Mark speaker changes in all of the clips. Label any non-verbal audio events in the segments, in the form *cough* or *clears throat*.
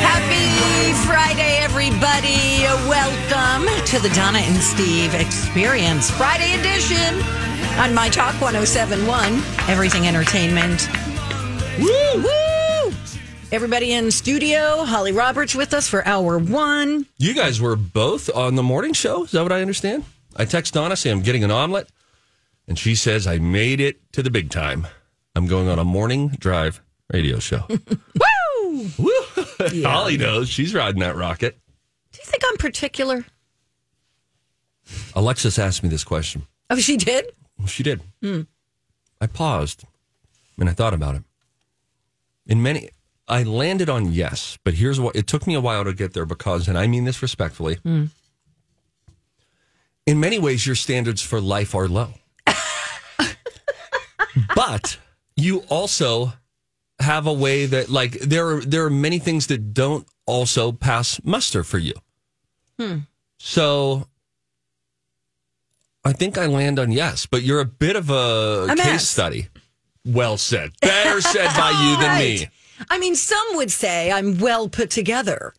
Speaker 1: Happy Friday, everybody. Welcome to the Donna and Steve Experience Friday edition on My Talk 1071, Everything Entertainment. Woo, woo! Everybody in studio, Holly Roberts with us for hour one.
Speaker 2: You guys were both on the morning show. Is that what I understand? I text Donna, say I'm getting an omelet, and she says I made it to the big time. I'm going on a morning drive radio show.
Speaker 1: Woo!
Speaker 2: Woo! Holly knows she's riding that rocket.
Speaker 1: Do you think I'm particular?
Speaker 2: Alexis asked me this question.
Speaker 1: Oh, she did?
Speaker 2: She did. I paused and I thought about it. In many, I landed on yes, but here's what it took me a while to get there because, and I mean this respectfully, in many ways, your standards for life are low. but you also have a way that, like, there are, there are many things that don't also pass muster for you. So I think I land on yes, but you're a bit of a
Speaker 1: I'm
Speaker 2: case
Speaker 1: asked.
Speaker 2: study. Well said. Better said by you than me.
Speaker 1: Right. I mean, some would say I'm well put together.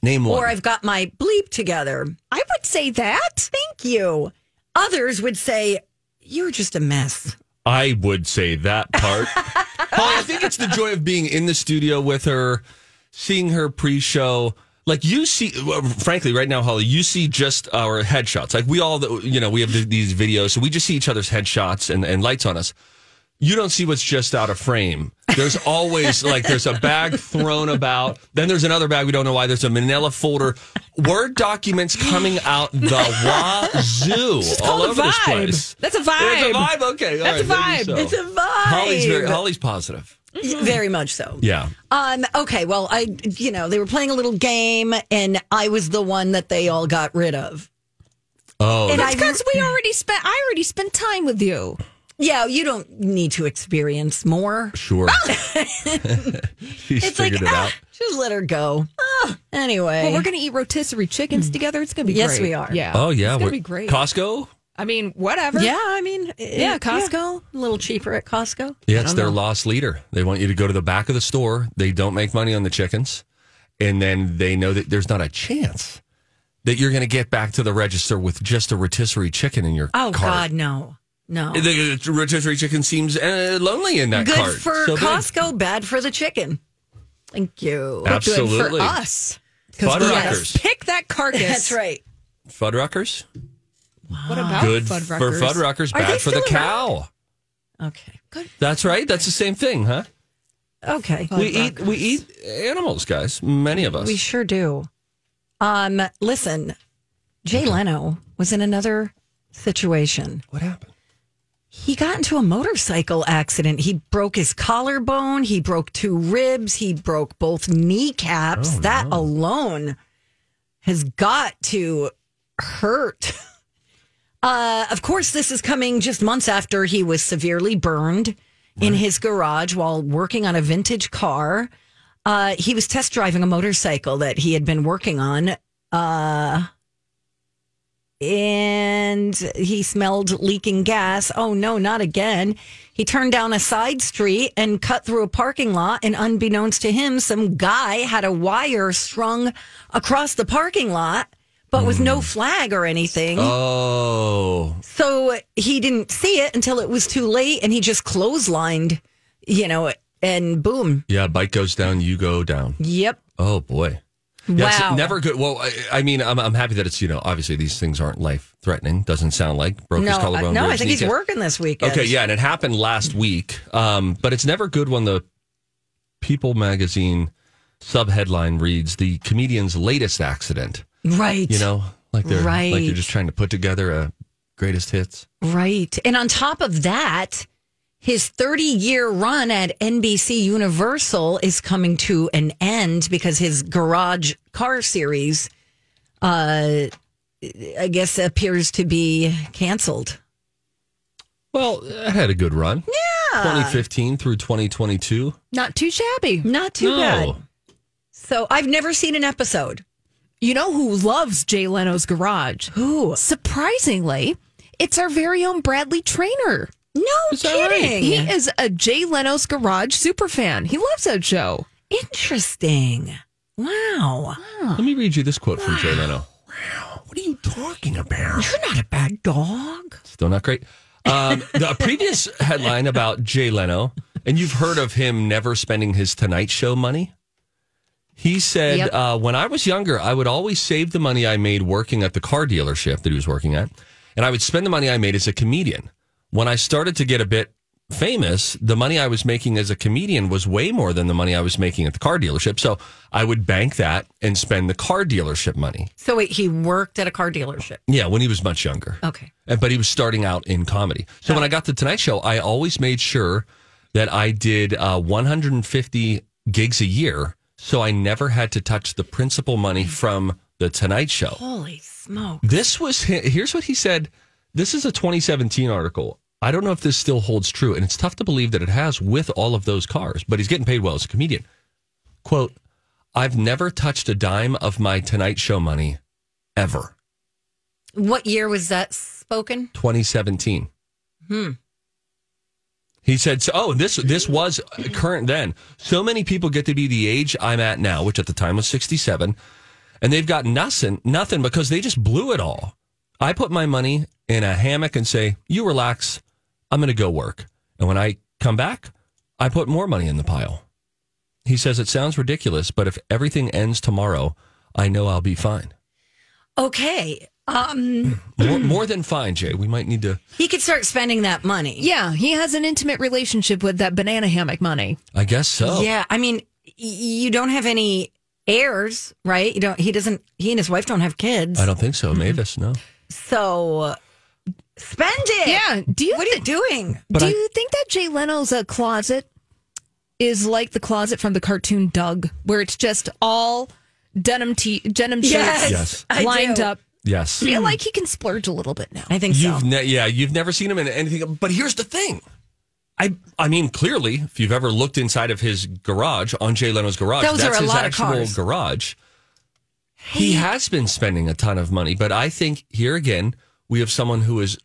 Speaker 2: Name one.
Speaker 1: or I've got my bleep together. I would say that. Thank you. Others would say, you're just a mess.
Speaker 2: I would say that
Speaker 3: *laughs*
Speaker 2: part. Holly, I think it's the joy of being in the studio with her, seeing her pre-show. Like you see, well, frankly, right now, Holly, you see just our headshots. Like we all, you know, we have th- these videos, so we just see each other's headshots and, and lights on us. You don't see what's just out of frame.
Speaker 3: *laughs*
Speaker 2: There's always like there's a bag thrown about. Then there's another bag. We don't know why. There's a Manila folder. Word documents coming out
Speaker 3: *laughs*
Speaker 2: the wazoo all
Speaker 3: called a
Speaker 2: over this
Speaker 3: vibe.
Speaker 2: place.
Speaker 3: That's a vibe.
Speaker 2: It's a vibe. Okay, all
Speaker 3: That's a
Speaker 2: right, maybe
Speaker 3: vibe.
Speaker 2: so.
Speaker 1: It's a vibe.
Speaker 2: Holly's very Holly's positive.
Speaker 1: Very much so.
Speaker 2: Yeah.
Speaker 1: Um, okay, well, I, you know, they were playing a little game and I was the one that they all got rid of.
Speaker 2: Oh,
Speaker 1: And
Speaker 3: That's because we already spent. I already spent time with you.
Speaker 1: Yeah, you don't need to experience more.
Speaker 2: sure. *laughs* She's
Speaker 1: Oh. It's like,
Speaker 2: figured it
Speaker 1: ah,
Speaker 2: out.
Speaker 1: just let her go. Ah, anyway.
Speaker 3: Well, we're gonna eat rotisserie chickens together. It's gonna be
Speaker 1: Yes,
Speaker 3: great.
Speaker 1: we are.
Speaker 3: Yeah.
Speaker 2: Oh yeah,
Speaker 3: It's gonna
Speaker 2: we're-
Speaker 3: be great.
Speaker 2: Costco.
Speaker 3: I mean, whatever.
Speaker 1: yeah, I mean, it-
Speaker 3: Yeah, Costco.
Speaker 1: A little cheaper at Costco.
Speaker 2: Yeah, it's their lost leader. They want you to go to the back of the store. They don't make money on the chickens, and then they know that there's not a chance that you're going to get back to the register with just a rotisserie chicken in your
Speaker 1: Oh,
Speaker 2: cart.
Speaker 1: God, no. No.
Speaker 2: The the rotisserie chicken seems uh, lonely in that
Speaker 1: Good
Speaker 2: cart.
Speaker 1: for
Speaker 2: So they-
Speaker 1: Costco, bad for the chicken. Thank you.
Speaker 2: Ab-
Speaker 3: Good for
Speaker 2: Absolutely.
Speaker 3: us. Because we gotta
Speaker 2: Fuddruckers.
Speaker 3: pick that carcass.
Speaker 1: That's right.
Speaker 2: Fuddruckers.
Speaker 3: What about
Speaker 2: Good for
Speaker 3: Fuddruckers?
Speaker 2: Fuddruckers.
Speaker 1: Oh, Are they
Speaker 2: Bad for the
Speaker 1: still around?
Speaker 2: cow.
Speaker 1: Okay. Good.
Speaker 2: That's right. That's the same thing, huh?
Speaker 1: Okay.
Speaker 2: we eat we eat animals, guys. Many of us.
Speaker 1: We sure do. Um, listen, Jay Leno was in another situation.
Speaker 2: what happened?
Speaker 1: He got into a motorcycle accident. He broke his collarbone. He broke two ribs. He broke both kneecaps. that alone has got to hurt. Uh, of course, this is coming just months after he was severely burned in his garage while working on a vintage car. Uh, he was test driving a motorcycle that he had been working on. Uh, and he smelled leaking gas. Oh no, not again. He turned down a side street and cut through a parking lot. And unbeknownst to him, some guy had a wire strung across the parking lot, but with no flag or anything.
Speaker 2: Oh,
Speaker 1: So he didn't see it until it was too late and he just clotheslined, you know, and boom.
Speaker 2: Yeah, bike goes down, you go down.
Speaker 1: Yep.
Speaker 2: Oh boy. Yeah, it's
Speaker 1: Wow.
Speaker 2: never good. Well, I, I mean, I'm, I'm happy that it's you know obviously these things aren't life threatening. Doesn't sound like broke his
Speaker 1: no,
Speaker 2: collarbone.
Speaker 1: uh, no, I
Speaker 2: ribs,
Speaker 1: think he's
Speaker 2: kneecap.
Speaker 1: working this weekend.
Speaker 2: Okay, yeah, and it happened last week. Um, but it's never good when the People magazine sub headline reads the comedian's latest accident.
Speaker 1: Right.
Speaker 2: You know, like they're like
Speaker 1: Right.
Speaker 2: you're just trying to put together a greatest hits.
Speaker 1: Right. And on top of that, his 30 year run at NBC Universal is coming to an end because his garage car series, uh, I guess, appears to be canceled.
Speaker 2: Well, it had a good run. Yeah. 2015 through 2022.
Speaker 3: Not too shabby.
Speaker 1: Not too bad. So I've never seen an episode.
Speaker 3: You know who loves Jay Leno's garage?
Speaker 1: Who?
Speaker 3: Surprisingly, it's our very own Bradley Trainer.
Speaker 1: No
Speaker 2: Is that right?
Speaker 1: kidding.
Speaker 3: He is a Jay Leno's garage superfan. He loves that show.
Speaker 1: Interesting. Wow.
Speaker 2: Let me read you this quote from Jay Leno. Wow. What are you talking about?
Speaker 1: You're not a bad dog.
Speaker 2: Still not great. Um, the previous headline about Jay Leno, and you've heard of him never spending his Tonight Show money. He said,
Speaker 3: Yep.
Speaker 2: uh, when I was younger, I would always save the money I made working at the car dealership that he was working at, and I would spend the money I made as a comedian. When I started to get a bit famous, the money I was making as a comedian was way more than the money I was making at the car dealership. So I would bank that and spend the car dealership money.
Speaker 1: So wait, he worked at a car dealership.
Speaker 2: Yeah, when he was much younger.
Speaker 1: Okay.
Speaker 2: And- But he was starting out in comedy. So when I got to Tonight Show, I always made sure that I did uh, 150 gigs a year. So I never had to touch the principal money from the Tonight Show.
Speaker 1: Holy smoke.
Speaker 2: This was hi- here's what he said. This is a 2017 article. I don't know if this still holds true, and it's tough to believe that it has with all of those cars. But he's getting paid well as a comedian. "Quote: I've never touched a dime of my Tonight Show money, ever."
Speaker 1: What year was that spoken?
Speaker 2: 2017. Hmm. He said, so, "Oh, this this was current then. So many people get to be the age I'm at now, which at the time was 67, and they've got nothing, nothing because they just blew it all. I put my money in a hammock and say, "You relax, I'm going to go work." And when I come back, I put more money in the pile. He says it sounds ridiculous, but if everything ends tomorrow, I know I'll be fine.
Speaker 1: Okay. Um,
Speaker 2: More, more than fine, Jay. We might need to
Speaker 1: He could start spending that money.
Speaker 3: Yeah, he has an intimate relationship with that banana hammock money.
Speaker 2: I guess so.
Speaker 1: Yeah. I mean, y- you don't have any heirs, right? You don't, he doesn't, he and his wife don't have kids.
Speaker 2: I don't think so, Mavis. No,
Speaker 1: So uh, spend it.
Speaker 3: Yeah. Do you
Speaker 1: What are you doing?
Speaker 3: do
Speaker 2: I-
Speaker 3: you think that Jay Leno's uh, closet is like the closet from the cartoon Doug, where it's just all denim t denim
Speaker 1: Yes,
Speaker 3: shirts
Speaker 2: Yes.
Speaker 1: I
Speaker 3: lined
Speaker 1: do.
Speaker 3: up?
Speaker 2: yes.
Speaker 3: Feel like he can splurge a little bit now.
Speaker 1: I think
Speaker 2: You've
Speaker 1: so.
Speaker 2: ne- yeah, you've never seen him in anything. But here's the thing. I I mean, clearly, if you've ever looked inside of his garage on Jay Leno's garage,
Speaker 1: Those
Speaker 2: that's
Speaker 1: are a
Speaker 2: his
Speaker 1: lot of
Speaker 2: actual
Speaker 1: cars.
Speaker 2: garage. He has been spending a ton of money, but I think here again we have someone who is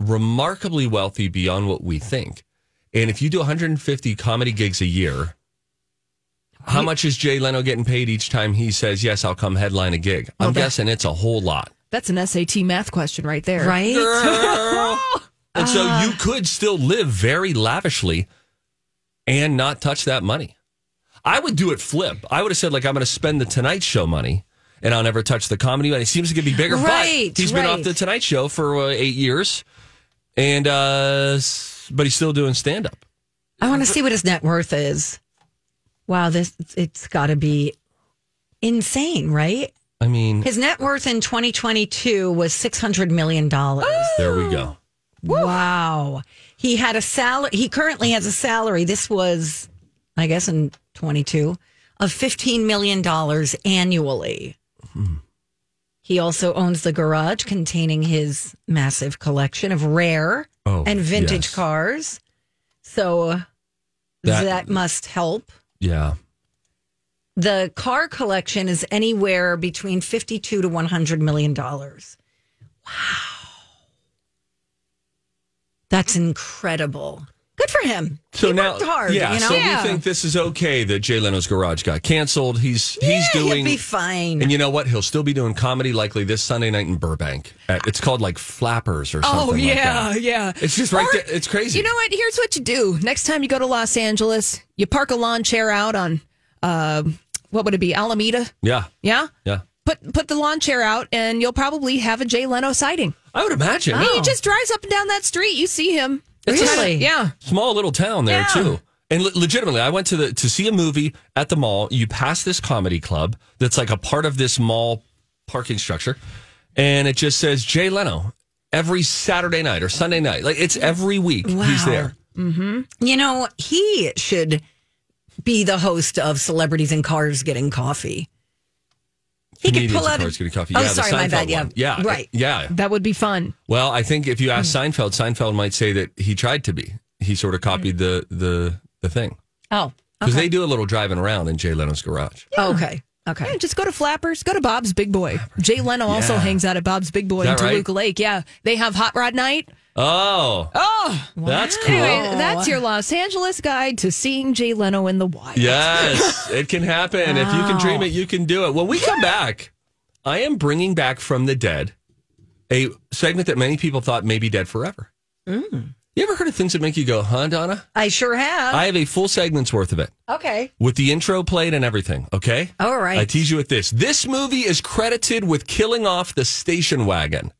Speaker 2: remarkably wealthy beyond what we think. And if you do 150 comedy gigs a year, how much is Jay Leno getting paid each time he says, "Yes, I'll come headline a gig"? I'm guessing it's a whole lot.
Speaker 3: That's an SAT math question right there.
Speaker 1: Right?
Speaker 2: Girl. and so
Speaker 1: Ah.
Speaker 2: you could still live very lavishly and not touch that money. I would do it flip. I would have said, like, I'm going to spend the Tonight Show money and I'll never touch the comedy money. It seems to get be bigger,
Speaker 1: Right,
Speaker 2: but he's been off
Speaker 1: right.
Speaker 2: the Tonight Show for uh, eight years. And, uh, s- but he's still doing stand up.
Speaker 1: *laughs* I want to see what his net worth is. Wow. This, it's got to be insane, right?
Speaker 2: I mean,
Speaker 1: His net worth in 2022 was $600 million.
Speaker 3: Oh,
Speaker 2: there we go.
Speaker 1: Wow. He had a salary. He currently has a salary. This was, I guess, in 22 of $15 million annually.
Speaker 2: Hmm.
Speaker 1: He also owns the garage containing his massive collection of rare
Speaker 2: Oh,
Speaker 1: and vintage
Speaker 2: yes.
Speaker 1: cars. So
Speaker 2: That-
Speaker 1: that, must help.
Speaker 2: Yeah.
Speaker 1: The car collection is anywhere between 52 to 100 million dollars. Wow. That's incredible. Good good for him.
Speaker 2: So
Speaker 1: he
Speaker 2: now,
Speaker 1: worked hard.
Speaker 2: yeah.
Speaker 1: you know?
Speaker 2: So
Speaker 3: Yeah.
Speaker 2: we think this is okay that Jay Leno's Garage got canceled. He's he's
Speaker 1: Yeah,
Speaker 2: doing
Speaker 1: he'll be fine.
Speaker 2: And you know what? He'll still be doing comedy likely this Sunday night in Burbank. Uh, It's called like Flappers or something.
Speaker 3: Oh
Speaker 2: like
Speaker 3: yeah,
Speaker 2: that.
Speaker 3: yeah.
Speaker 2: It's just right
Speaker 3: Or-
Speaker 2: there. It's crazy.
Speaker 3: You know what? Here's what you do. Next time you go to Los Angeles, you park a lawn chair out on uh, what would it be? Alameda?
Speaker 2: Yeah,
Speaker 3: Yeah?
Speaker 2: yeah.
Speaker 3: Put put the lawn chair out and you'll probably have a Jay Leno sighting.
Speaker 2: I would imagine.
Speaker 1: Oh.
Speaker 3: He just drives up and down that street, you see him.
Speaker 2: It's
Speaker 3: It's kinda-
Speaker 1: Really?
Speaker 3: yeah.
Speaker 2: small little town there
Speaker 1: Yeah.
Speaker 2: too. And le- legitimately, I went to the to see a movie at the mall. You pass this comedy club that's like a part of this mall parking structure, and it just says Jay Leno every Saturday night or Sunday night. Like it's every week he's
Speaker 1: Wow.
Speaker 2: there.
Speaker 1: You know, he should be the host of Celebrities in Cars Getting Coffee. He could
Speaker 2: Comedians
Speaker 1: pull
Speaker 2: in
Speaker 1: out.
Speaker 2: Cars Getting Coffee.
Speaker 1: Oh,
Speaker 2: Yeah, the
Speaker 1: sorry, my
Speaker 2: Seinfeld
Speaker 1: bad. Yeah,
Speaker 2: one. yeah,
Speaker 1: right.
Speaker 2: yeah.
Speaker 3: That would be fun.
Speaker 2: Well, I think if you ask Seinfeld, Seinfeld might say that he tried to be. He sort of copied the the the thing
Speaker 3: Oh.
Speaker 2: because they do a little driving around in Jay Leno's garage.
Speaker 1: Okay, okay.
Speaker 3: Yeah, just go to Flappers, go to Bob's Big Boy. Jay Leno also
Speaker 2: Yeah.
Speaker 3: hangs out at Bob's Big Boy
Speaker 2: Is
Speaker 3: in
Speaker 2: that right?
Speaker 3: Toluca Lake. Yeah. They have hot rod night.
Speaker 2: Oh, oh, that's cool.
Speaker 3: Anyway, that's your Los Angeles guide to seeing Jay Leno in the wild.
Speaker 2: Yes, it can happen. If you can dream it, you can do it. When we come back, I am bringing back from the dead a segment that many people thought may be dead forever. You ever heard of things that make you go, huh, Donna?
Speaker 1: I sure have.
Speaker 2: I have a full segment's worth of it
Speaker 1: okay.
Speaker 2: with the intro played and everything. Okay.
Speaker 1: All right.
Speaker 2: I tease you with this. This movie is credited with killing off the station wagon.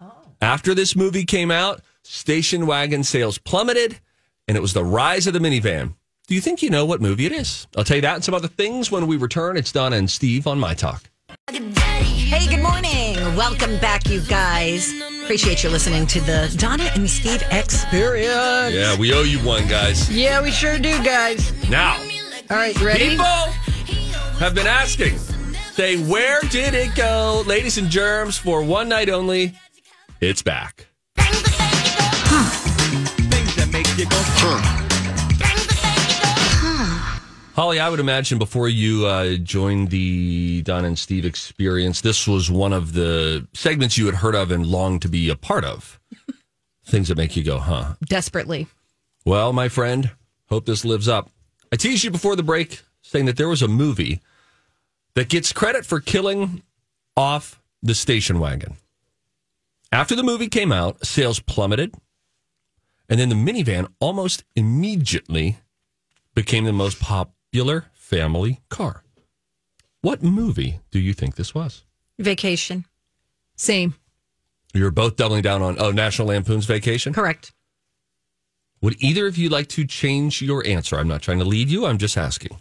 Speaker 1: Oh.
Speaker 2: After this movie came out, station wagon sales plummeted, and it was the rise of the minivan. Do you think you know what movie it is? I'll tell you that and some other things when we return. It's Donna and Steve on My Talk.
Speaker 1: Hey, good morning. Welcome back, you guys. Appreciate you listening to the Donna and Steve Experience.
Speaker 2: Yeah, we owe you one, guys.
Speaker 1: Yeah, we sure do, guys.
Speaker 2: Now,
Speaker 1: All right, you ready?
Speaker 2: people have been asking, say, where did it go? Ladies and germs, for one night only, it's back. Holly, I would imagine before you uh, joined the Don and Steve experience, this was one of the segments you had heard of and longed to be a part of. Things that make you go, huh?
Speaker 3: Desperately.
Speaker 2: Well, my friend, hope this lives up. I teased you before the break saying that there was a movie that gets credit for killing off the station wagon. After the movie came out, sales plummeted, and then the minivan almost immediately became the most popular family car. What movie do you think this was?
Speaker 1: Vacation.
Speaker 3: Same.
Speaker 2: You're both doubling down on oh National Lampoon's Vacation.
Speaker 1: Correct.
Speaker 2: Would either of you like to change your answer? I'm not trying to lead you. I'm just asking.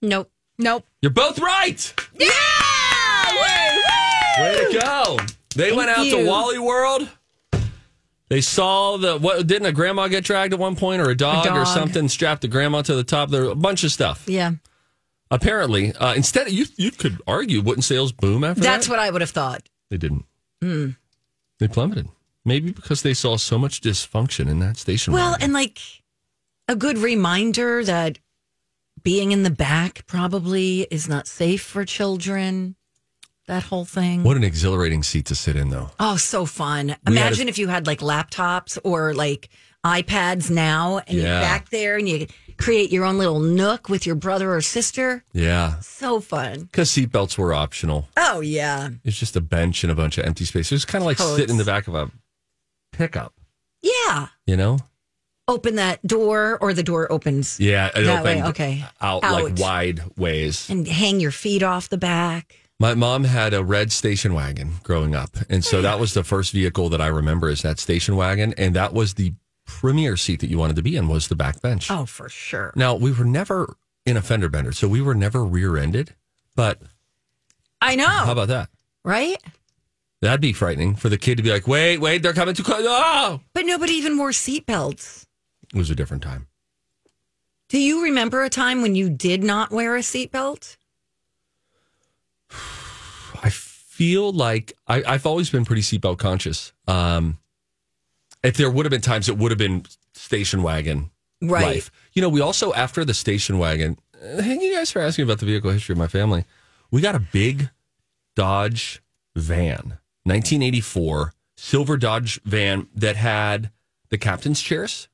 Speaker 1: Nope.
Speaker 3: Nope.
Speaker 2: You're both right.
Speaker 3: Yeah!
Speaker 2: Way to go. They went out to
Speaker 1: you.
Speaker 2: Wally World. They saw the what didn't a grandma get dragged at one point or a dog, or
Speaker 1: dog.
Speaker 2: something strapped the grandma to the top there were a bunch of stuff.
Speaker 1: Yeah.
Speaker 2: Apparently, uh, instead you you could argue wouldn't sales boom after
Speaker 1: That's Hmm.
Speaker 2: that?
Speaker 1: what I would have thought.
Speaker 2: they didn't. They plummeted. Maybe because they saw so much dysfunction in that station.
Speaker 1: Well,
Speaker 2: wagon.
Speaker 1: and like a good reminder that being in the back probably is not safe for children. That whole thing.
Speaker 2: what an exhilarating seat to sit in though.
Speaker 1: Oh, so fun.
Speaker 2: We had
Speaker 1: Imagine if you had like laptops or like iPads now and you're
Speaker 2: Yeah.
Speaker 1: back there and you create your own little nook with your brother or sister.
Speaker 2: Yeah.
Speaker 1: So fun.
Speaker 2: Because seatbelts were optional.
Speaker 1: Oh, yeah.
Speaker 2: It's just a bench and a bunch of empty space. It was kind of like
Speaker 1: Totes.
Speaker 2: sitting in the back of a pickup,
Speaker 1: Yeah.
Speaker 2: you know?
Speaker 1: Open that door or the door opens
Speaker 2: Yeah, it
Speaker 1: That way,
Speaker 2: opened
Speaker 1: okay.
Speaker 2: out,
Speaker 1: Out.
Speaker 2: like wide ways.
Speaker 1: and hang your feet off the back.
Speaker 2: My mom had a red station wagon growing up, and so that was the first vehicle that I remember is that station wagon, and that was the premier seat that you wanted to be in was the back bench.
Speaker 1: Oh, for sure.
Speaker 2: Now we were never in a fender bender, so we were never rear-ended. But
Speaker 1: I know.
Speaker 2: how about that?
Speaker 1: right?
Speaker 2: That'd be frightening for the kid to be like, "Wait, wait, they're coming too close!" Oh,
Speaker 1: But nobody even wore seatbelts.
Speaker 2: it was a different time.
Speaker 1: Do you remember a time when you did not wear a seatbelt?
Speaker 2: I feel like I, I've always been pretty seatbelt conscious. Um, if there would have been times, it would have been station wagon
Speaker 1: Right.
Speaker 2: life. You know, we also after the station wagon. uh, Thank you guys for asking about the vehicle history of my family. We got a big Dodge van, 1984 silver Dodge van that had the captain's chairs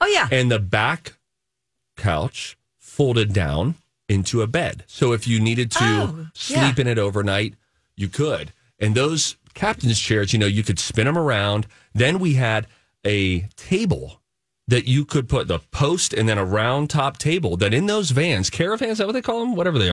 Speaker 1: Oh yeah.
Speaker 2: and the back couch folded down into a bed. So if you needed to
Speaker 1: Oh,
Speaker 2: sleep
Speaker 1: yeah.
Speaker 2: in it overnight, you could. And those captain's chairs, you know, you could spin them around. Then we had a table that you could put the post and then a round top table that in those vans, caravans, is that what they call them? Whatever they are.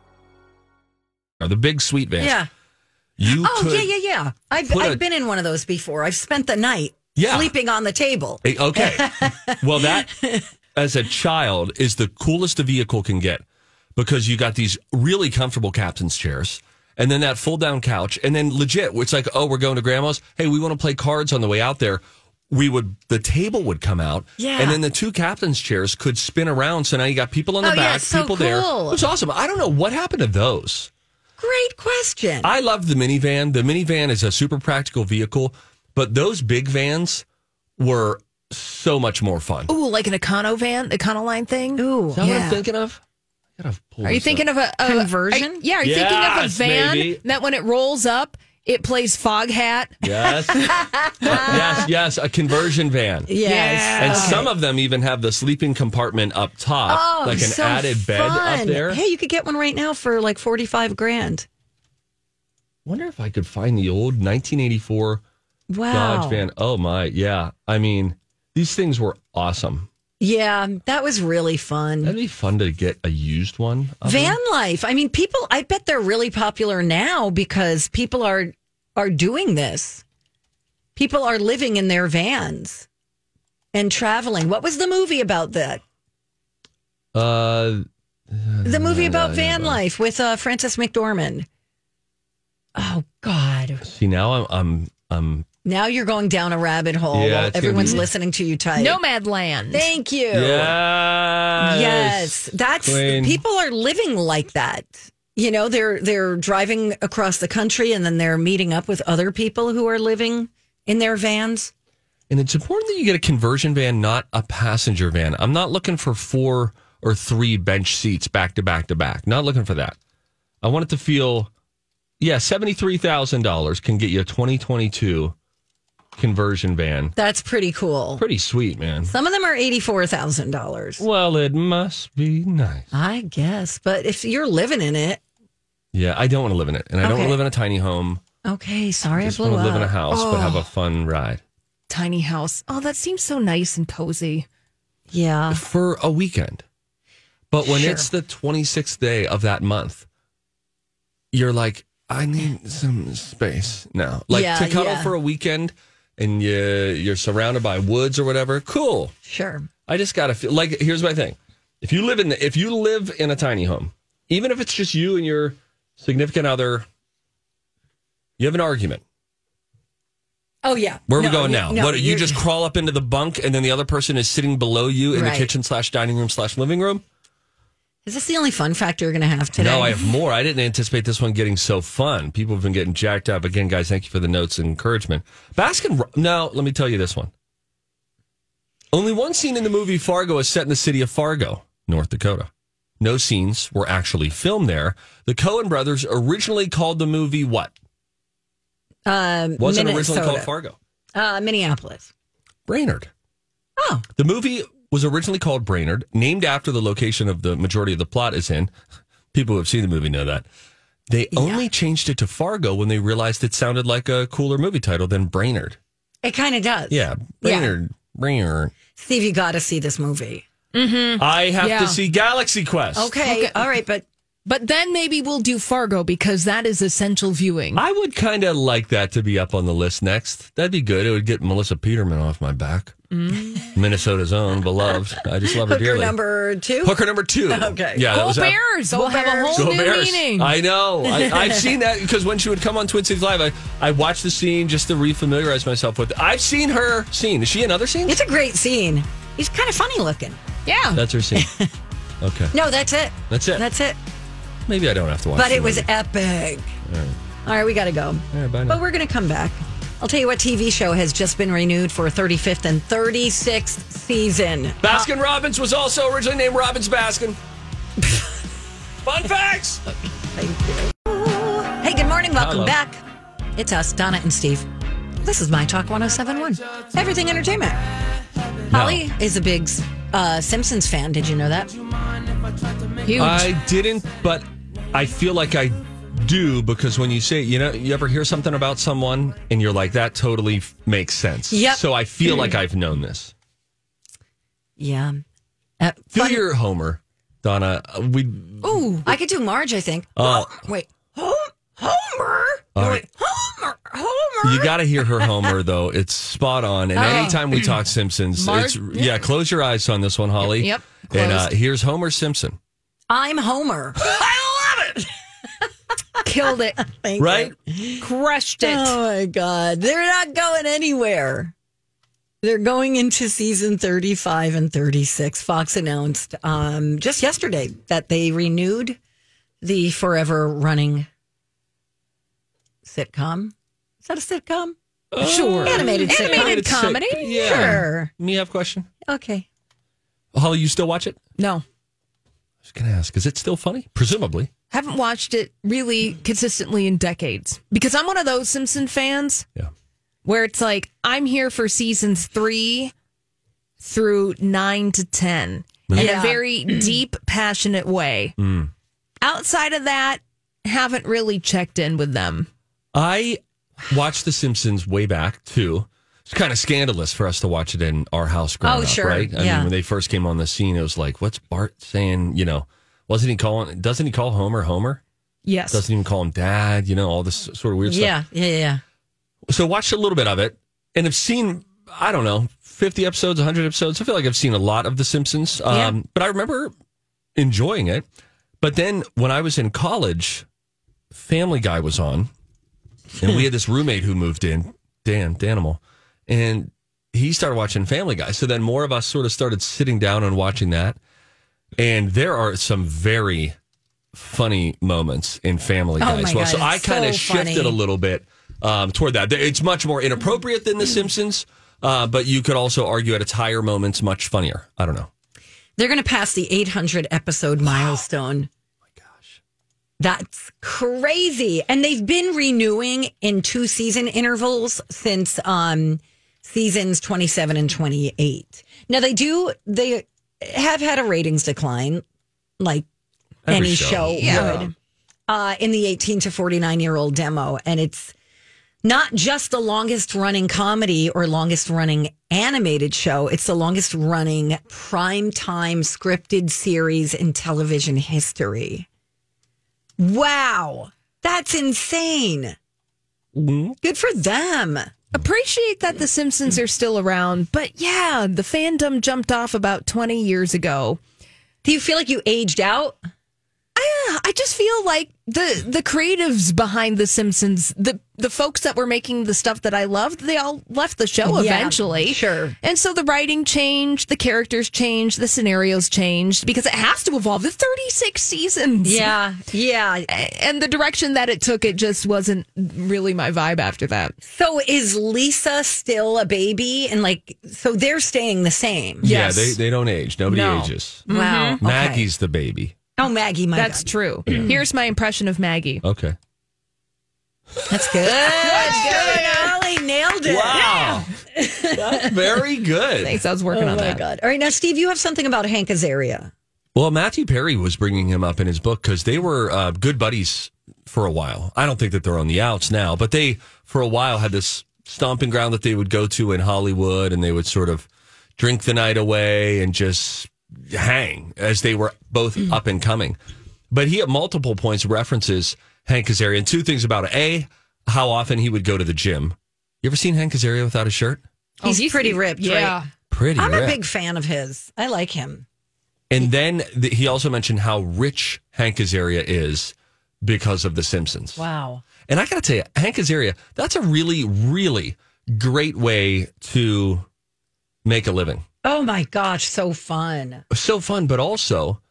Speaker 2: The big sweet vans.
Speaker 1: yeah.
Speaker 2: You
Speaker 1: Oh
Speaker 2: could,
Speaker 1: yeah, yeah, yeah. I've
Speaker 2: put
Speaker 1: I've
Speaker 2: a-
Speaker 1: been in one of those before. I've spent the night
Speaker 2: Yeah.
Speaker 1: sleeping on the table.
Speaker 2: Eh, Okay.
Speaker 1: *laughs*
Speaker 2: well, that as a child is the coolest a vehicle can get because you got these really comfortable captain's chairs and then that fold down couch and then legit it's like oh we're going to grandma's hey we want to play cards on the way out there we would the table would come out
Speaker 1: Yeah.
Speaker 2: and then the two captain's chairs could spin around so now you got people on the
Speaker 1: Oh, yeah,
Speaker 2: back
Speaker 1: so
Speaker 2: people there
Speaker 1: cool.
Speaker 2: it was awesome i don't know what happened to those
Speaker 1: Great question.
Speaker 2: I love the minivan. The minivan is a super practical vehicle, but those big vans were so much more fun.
Speaker 3: Ooh, like an Econo van, Econoline thing.
Speaker 1: Ooh,
Speaker 2: Is that what
Speaker 1: yeah.
Speaker 2: I'm thinking of? I gotta pull
Speaker 3: Are you
Speaker 2: this
Speaker 3: thinking
Speaker 2: up.
Speaker 3: of a, a
Speaker 1: Conversion?
Speaker 3: are- yeah, are you thinking of a
Speaker 2: Yes,
Speaker 3: van
Speaker 2: maybe.
Speaker 3: that when it rolls up, it plays Fog Hat?
Speaker 1: *laughs*
Speaker 2: Yes. yes, yes, a conversion van.
Speaker 1: Yes.
Speaker 2: And some of them even have the sleeping compartment up top,
Speaker 1: Oh,
Speaker 2: like an
Speaker 1: so
Speaker 2: added bed up
Speaker 1: fun.
Speaker 2: there.
Speaker 1: Hey, you could get one right now for like forty five grand.
Speaker 2: Wonder if I could find the old 1984
Speaker 1: Wow.
Speaker 2: Dodge van. Oh my, yeah. I mean, these things were awesome.
Speaker 1: Yeah, that was really fun.
Speaker 2: That'd be fun to get a used one. of them.
Speaker 1: Van life. I mean, people. I bet they're really popular now because people are are doing this. People are living in their vans and traveling. What was the movie about that?
Speaker 2: Uh,
Speaker 1: The movie about
Speaker 2: yeah,
Speaker 1: van
Speaker 2: yeah.
Speaker 1: life with uh, Frances McDormand. Oh God!
Speaker 2: See now I'm I'm I'm
Speaker 1: Now you're going down a rabbit hole.
Speaker 2: Yeah,
Speaker 1: while
Speaker 2: it's gonna
Speaker 1: everyone's
Speaker 2: be-
Speaker 1: listening to you, Ty.
Speaker 3: Nomad Land.
Speaker 1: Thank you.
Speaker 2: yes
Speaker 1: Yes, that's
Speaker 2: Queen.
Speaker 1: people are living like that. You know, they're they're driving across the country and then they're meeting up with other people who are living in their vans.
Speaker 2: And it's important that you get a conversion van, not a passenger van. I'm not looking for four or three bench seats back to back to back. Not looking for that. I want it to feel, yeah, seventy three thousand dollars can get you a 2022 conversion van.
Speaker 1: That's pretty cool.
Speaker 2: Pretty sweet, man.
Speaker 1: Some of them are eighty four thousand dollars. Uh-huh.
Speaker 2: Well, it must be nice.
Speaker 1: I guess, but if you're living in it,
Speaker 2: Yeah, I don't want to live in it, and I don't want
Speaker 1: Okay.
Speaker 2: to live in a tiny home.
Speaker 1: okay. Sorry,
Speaker 2: I just
Speaker 1: I blew
Speaker 2: want to
Speaker 1: up. Oh.
Speaker 2: live in a house, but have a fun ride
Speaker 3: Tiny house. Oh, that seems so nice and cozy.
Speaker 1: Yeah,
Speaker 2: for a weekend. But when it's the 26th day of that month, you're like, I need some space now. Like
Speaker 1: Yeah,
Speaker 2: to cuddle
Speaker 1: yeah.
Speaker 2: for a weekend and you, you're surrounded by woods or whatever. Cool.
Speaker 1: sure.
Speaker 2: I just got to feel like, here's my thing. If you live in, the, if you live in a tiny home, even if it's just you and your significant other, you have an argument.
Speaker 1: Oh yeah.
Speaker 2: Where are we
Speaker 1: No,
Speaker 2: going
Speaker 1: you-
Speaker 2: now?
Speaker 1: no,
Speaker 2: what you
Speaker 1: you're-
Speaker 2: just crawl up into the bunk and then the other person is sitting below you in
Speaker 1: Right.
Speaker 2: the kitchen slash dining room slash living room?
Speaker 1: Is this the only fun factor you're going to have today?
Speaker 2: No, I have more. I didn't anticipate this one getting so fun. People have been getting jacked up. Again, guys, thank you for the notes and encouragement. Baskin, Ro- no, let me tell you this one. Only one scene in the movie Fargo is set in the city of Fargo, North Dakota. No scenes were actually filmed there. The Coen brothers originally called the movie what?
Speaker 1: Um,
Speaker 2: Wasn't originally
Speaker 1: Minnesota.
Speaker 2: called Fargo.
Speaker 1: Uh, Minneapolis.
Speaker 2: Brainerd.
Speaker 1: Oh,
Speaker 2: The movie was originally called Brainerd, named after the location of the majority of the plot is in. People who have seen the movie know that. They only changed it to Fargo when they realized it sounded like a cooler movie title than Brainerd.
Speaker 1: it kind of does.
Speaker 2: Yeah, Brainerd, Brainerd.
Speaker 1: Steve, you got to see this movie.
Speaker 2: I have
Speaker 3: Yeah.
Speaker 2: to see Galaxy Quest.
Speaker 1: Mm-hmm. Okay. All right. But
Speaker 3: But then maybe we'll do Fargo because that is essential viewing.
Speaker 2: I would kind of like that to be up on the list next. That'd be good. It would get Melissa Peterman off my back. Minnesota's own, beloved. I just love her
Speaker 1: Mm. hooker
Speaker 2: dearly.
Speaker 1: number two.
Speaker 2: Hooker number two.
Speaker 1: *laughs* Okay.
Speaker 2: Yeah, that
Speaker 3: Go
Speaker 2: was a-
Speaker 3: Bears! We'll have a whole
Speaker 2: Go
Speaker 3: new
Speaker 2: Bears.
Speaker 3: meaning.
Speaker 2: I know. I,
Speaker 1: *laughs*
Speaker 2: I've seen that because when she would come on Twin Cities Live, I, I watched the scene just to refamiliarize myself with it. I've seen her scene. Is she in other scenes?
Speaker 1: It's a great scene. He's kind of funny looking.
Speaker 3: yeah.
Speaker 2: That's her
Speaker 1: *laughs*
Speaker 2: scene. Okay.
Speaker 1: No, that's it.
Speaker 2: That's it.
Speaker 1: That's it.
Speaker 2: Maybe I don't have to watch
Speaker 1: But
Speaker 2: the
Speaker 1: it was
Speaker 2: movie.
Speaker 1: epic. All right, we got to go.
Speaker 2: All right, bye now.
Speaker 1: But we're going to come back. I'll tell you what TV show has just been renewed for a 35th and 36th season.
Speaker 2: Baskin Robbins was also originally named Robbins
Speaker 1: *laughs*
Speaker 2: Baskin. Fun facts.
Speaker 1: Uh, Hey, good morning. Welcome
Speaker 2: Hello.
Speaker 1: back. It's us, Donna and Steve. This is My Talk 1071, Everything Entertainment. Holly is a big uh, Simpsons fan. Did you know that?
Speaker 3: Huge.
Speaker 2: I didn't, but I feel like I do because when you say, you know, you ever hear something about someone and you're like, that totally f- makes sense.
Speaker 1: Yep.
Speaker 2: So I feel
Speaker 1: *clears throat*
Speaker 2: like I've known this.
Speaker 1: Yeah. Uh,
Speaker 2: Feel
Speaker 1: fun-
Speaker 2: your Homer, Donna. Uh, We
Speaker 1: Ooh, I could do Marge, I think.
Speaker 2: Oh.
Speaker 1: wait. Hom- Homer? No,
Speaker 2: All
Speaker 1: wait.
Speaker 2: right.
Speaker 1: Homer. Homer.
Speaker 2: you got to hear her Homer though. It's spot on. And
Speaker 3: Oh.
Speaker 2: anytime we
Speaker 3: *clears throat*
Speaker 2: talk Simpsons, it's
Speaker 3: Marge-
Speaker 2: yeah. Close your eyes on this one, Holly.
Speaker 3: Yep,
Speaker 2: And uh,
Speaker 3: closed.
Speaker 2: here's Homer Simpson.
Speaker 1: I'm Homer. I love it.
Speaker 3: killed it,
Speaker 1: Thank
Speaker 2: Right?
Speaker 1: you.
Speaker 3: crushed it.
Speaker 1: Oh my God. They're not going anywhere. They're going into season 35 and 36. Fox announced um, just yesterday that they renewed the forever running sitcom. Is that a sitcom?
Speaker 3: sure.
Speaker 1: Animated sitcom.
Speaker 3: Animated
Speaker 2: It's sick.
Speaker 3: comedy?
Speaker 2: Yeah.
Speaker 1: Sure.
Speaker 2: Me have a question.
Speaker 1: Okay.
Speaker 2: Holly, you still watch it? I
Speaker 3: No.
Speaker 2: was gonna ask. Is it still funny? Presumably.
Speaker 3: Haven't watched it really consistently in decades because I'm one of those Simpson fans
Speaker 2: Yeah.
Speaker 3: where it's like I'm here for seasons three through nine to ten in
Speaker 1: Yeah. Mm. *clears throat*
Speaker 3: a very deep, passionate way. Outside of that, haven't really checked in with them.
Speaker 2: I watched The Simpsons way back too. It's kind of scandalous for us to watch it in our house growing
Speaker 1: Oh,
Speaker 2: up,
Speaker 1: sure.
Speaker 2: right? I
Speaker 1: Yeah.
Speaker 2: mean, when they first came on the scene, it was like, "What's Bart saying?" You know, wasn't he calling? Doesn't he call Homer Homer?
Speaker 3: Yes.
Speaker 2: Doesn't even call him Dad. You know, all this sort of weird stuff.
Speaker 1: Yeah. Yeah. Yeah.
Speaker 2: So watched a little bit of it, and I've seen I don't know fifty episodes, hundred episodes. I feel like I've seen a lot of The Simpsons, um, but I remember enjoying it. But then when I was in college, Family Guy was on, and we had this roommate who moved in, Dan Danimal, and he started watching Family Guy. So then more of us sort of started sitting down and watching that, and there are some very funny moments in Family
Speaker 1: Oh
Speaker 2: Guy
Speaker 1: my
Speaker 2: as well.
Speaker 1: God,
Speaker 2: so I
Speaker 1: it's
Speaker 2: kind of
Speaker 1: so
Speaker 2: shifted
Speaker 1: funny.
Speaker 2: a little bit um, toward that. It's much more inappropriate than The Simpsons, uh, but you could also argue at its higher moments much funnier. I don't know.
Speaker 1: They're going to pass the 800 episode milestone. Oh my gosh. That's crazy. And they've been renewing in two season intervals since um seasons 27 and 28. Now they do they have had a ratings decline like
Speaker 2: Every
Speaker 1: any
Speaker 2: show.
Speaker 1: show,
Speaker 2: Yeah.
Speaker 1: would uh, in the 18 to 49 year old demo. And it's not just the longest running comedy or longest running animated show, it's the longest running primetime scripted series in television history. Wow. That's insane.
Speaker 2: Mm-hmm.
Speaker 1: Good for them.
Speaker 3: appreciate that the Simpsons are still around, but yeah, the fandom jumped off about 20 years ago.
Speaker 1: Do you feel like you aged out?
Speaker 3: Yeah, I just feel like the the creatives behind the Simpsons, the the folks that were making the stuff that I loved, they all left the show
Speaker 1: Yeah,
Speaker 3: eventually.
Speaker 1: sure.
Speaker 3: And so the writing changed, the characters changed, the scenarios changed because it has to evolve. The 36 seasons.
Speaker 1: Yeah.
Speaker 3: And the direction that it took, it just wasn't really my vibe after that.
Speaker 1: So is Lisa still a baby? And like, so they're staying the same.
Speaker 3: Yes.
Speaker 2: Yeah, they, they don't age. Nobody
Speaker 3: No.
Speaker 2: ages.
Speaker 3: Mm-hmm.
Speaker 1: Wow. okay.
Speaker 2: Maggie's the baby.
Speaker 1: Oh, Maggie, my
Speaker 3: That's
Speaker 1: God.
Speaker 3: true. *clears throat* Here's my impression of Maggie.
Speaker 2: Okay.
Speaker 1: That's good. That's good. Allie nailed it.
Speaker 2: Wow. That's very good.
Speaker 3: Thanks. I was working
Speaker 1: Oh
Speaker 3: on
Speaker 1: my
Speaker 3: that.
Speaker 1: God. All right. Now, Steve, you have something about Hank Azaria.
Speaker 2: Well, Matthew Perry was bringing him up in his book because they were uh, good buddies for a while. I don't think that they're on the outs now, but they, for a while, had this stomping ground that they would go to in Hollywood and they would sort of drink the night away and just hang as they were both
Speaker 1: Mm.
Speaker 2: up and coming. But he at multiple points references Hank Azaria. And two things about it: a, how often he would go to the gym. You ever seen Hank Azaria without a shirt?
Speaker 1: He's pretty ripped,
Speaker 3: Oh, Yeah.
Speaker 1: right?
Speaker 2: Pretty.
Speaker 1: I'm a
Speaker 2: ripped.
Speaker 1: big fan of his. I like him.
Speaker 2: And then th- he also mentioned how rich Hank Azaria is because of The Simpsons.
Speaker 1: Wow.
Speaker 2: And I got to tell you, Hank Azaria, that's a really, really great way to make a living.
Speaker 1: Oh my gosh, so fun.
Speaker 2: So fun, but also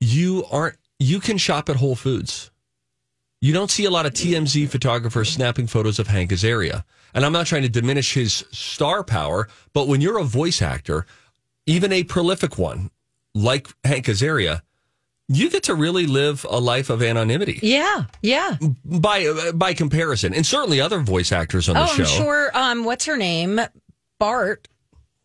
Speaker 2: you aren't. You can shop at Whole Foods. You don't see a lot of TMZ photographers snapping photos of Hank Azaria. And I'm not trying to diminish his star power, but when you're a voice actor, even a prolific one like Hank Azaria, you get to really live a life of anonymity
Speaker 1: Yeah, yeah.
Speaker 2: by by comparison, and certainly other voice actors on the
Speaker 1: Oh,
Speaker 2: show.
Speaker 1: I'm sure. Um, what's her name? Bart.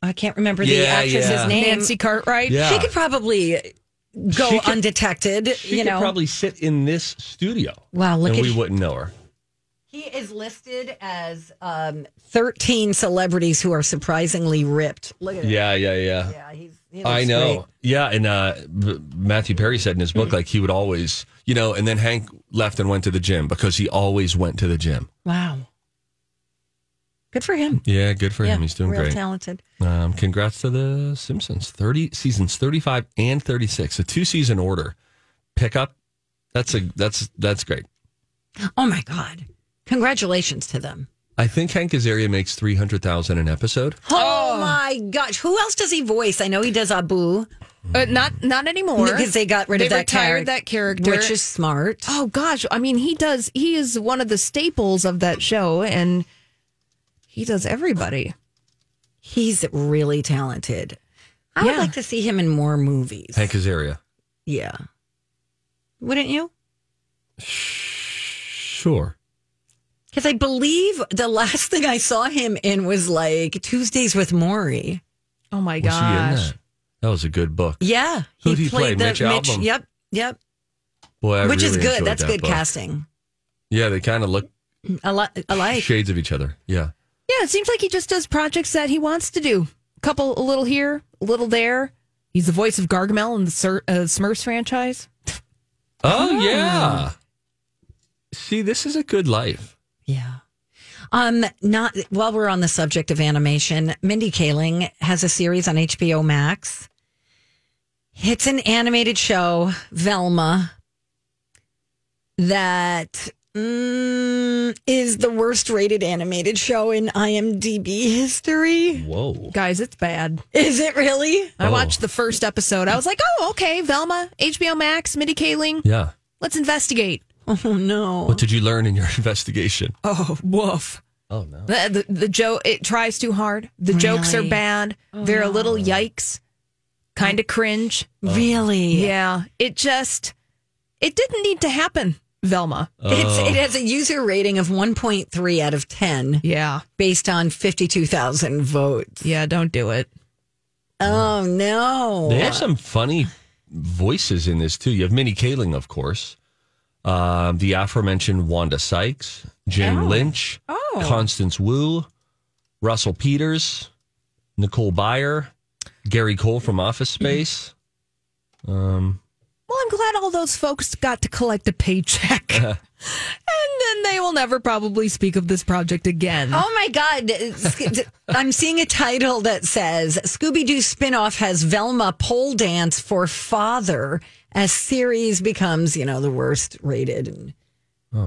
Speaker 1: I can't remember the
Speaker 2: Yeah,
Speaker 1: actress's
Speaker 2: yeah.
Speaker 1: name.
Speaker 3: Nancy Cartwright.
Speaker 2: Yeah.
Speaker 1: She could probably go
Speaker 2: She could-
Speaker 1: undetected.
Speaker 2: She
Speaker 1: you
Speaker 2: could
Speaker 1: know,
Speaker 2: probably sit in this studio.
Speaker 1: Wow, look
Speaker 2: and
Speaker 1: at
Speaker 2: we
Speaker 1: you.
Speaker 2: wouldn't know her.
Speaker 1: he is listed as um, 13 celebrities who are surprisingly ripped. Look at
Speaker 2: Yeah, yeah, yeah.
Speaker 1: Yeah, he's. he
Speaker 2: I
Speaker 1: looks
Speaker 2: know.
Speaker 1: great. Mm-hmm.
Speaker 2: Yeah, and uh, B- Matthew Perry said in his book, like he would always, you know, and then Hank left and went to the gym because he always went to the gym.
Speaker 1: Wow. Good for him.
Speaker 2: Yeah, good for him.
Speaker 1: Yeah,
Speaker 2: He's doing
Speaker 1: real
Speaker 2: great.
Speaker 1: talented.
Speaker 2: Um, congrats to the Simpsons. Thirty seasons, thirty-five and thirty-six, a two-season order. Pick up. That's a that's that's great.
Speaker 1: Oh my God. Congratulations to them.
Speaker 2: I think Hank Azaria makes three hundred thousand an episode.
Speaker 1: Oh, my gosh. Who else does he voice? I know he does Abu
Speaker 3: Uh, not not anymore
Speaker 1: because they got rid
Speaker 3: They
Speaker 1: of that
Speaker 3: retired
Speaker 1: character,
Speaker 3: that character.
Speaker 1: which is smart.
Speaker 3: Oh gosh, I mean he does. He is one of the staples of that show, and he does everybody.
Speaker 1: He's really talented. I would
Speaker 3: Yeah.
Speaker 1: like to see him in more movies.
Speaker 2: Hank Azaria.
Speaker 1: Yeah. Wouldn't you?
Speaker 2: Sure.
Speaker 1: Because I believe the last thing I saw him in was like Tuesdays with Maury.
Speaker 3: Oh my
Speaker 2: Was
Speaker 3: gosh,
Speaker 2: he in that? That was a good book.
Speaker 1: Yeah.
Speaker 2: Who'd he play? Mitch Albom?
Speaker 1: Yep. Yep.
Speaker 2: Boy, I
Speaker 1: Which is
Speaker 2: really
Speaker 1: good.
Speaker 2: enjoyed
Speaker 1: That's
Speaker 2: that
Speaker 1: good
Speaker 2: book.
Speaker 1: casting.
Speaker 2: Yeah, they kind of look
Speaker 1: A lot alike.
Speaker 2: shades of each other. Yeah.
Speaker 3: yeah. It seems like he just does projects that he wants to do. A couple, a little here, a little there. He's the voice of Gargamel in the Sir, uh, Smurfs franchise.
Speaker 2: Oh, yeah. See, this is a good life.
Speaker 1: Yeah. Um, not while we're on the subject of animation, Mindy Kaling has a series on HBO Max. It's an animated show, Velma, that mm, is the worst rated animated show in IMDb history.
Speaker 2: Whoa.
Speaker 3: Guys, it's bad.
Speaker 1: Is it really?
Speaker 3: I
Speaker 2: Oh.
Speaker 3: watched the first episode. I was like, oh okay, Velma, HBO Max, Mindy Kaling.
Speaker 2: Yeah.
Speaker 3: Let's investigate.
Speaker 1: Oh no.
Speaker 2: What did you learn in your *laughs* investigation?
Speaker 3: Oh woof.
Speaker 2: Oh, no.
Speaker 3: The, the, the joke it tries too hard. The jokes are
Speaker 1: Really?
Speaker 3: bad. They're a little yikes. Kind of cringe.
Speaker 1: Oh. Really?
Speaker 3: Yeah, it just it didn't need to happen, Velma.
Speaker 1: It's, it has a user rating of 1.3 out of 10
Speaker 3: Yeah,
Speaker 1: based on 52,000 votes.
Speaker 3: yeah, don't do it.
Speaker 1: Oh no.
Speaker 2: They have some funny voices in this, too. You have Minnie Kaling, of course, um, the aforementioned Wanda Sykes, Jane Lynch, Constance Wu, Russell Peters, Nicole Byer, Gary Cole from Office Space. Um,
Speaker 3: Well, I'm glad all those folks got to collect a paycheck, *laughs* and then they will never probably speak of this project again.
Speaker 1: Oh my God. Sc- I'm seeing a title that says Scooby Doo spinoff has Velma pole dance for father as series becomes, you know, the worst rated in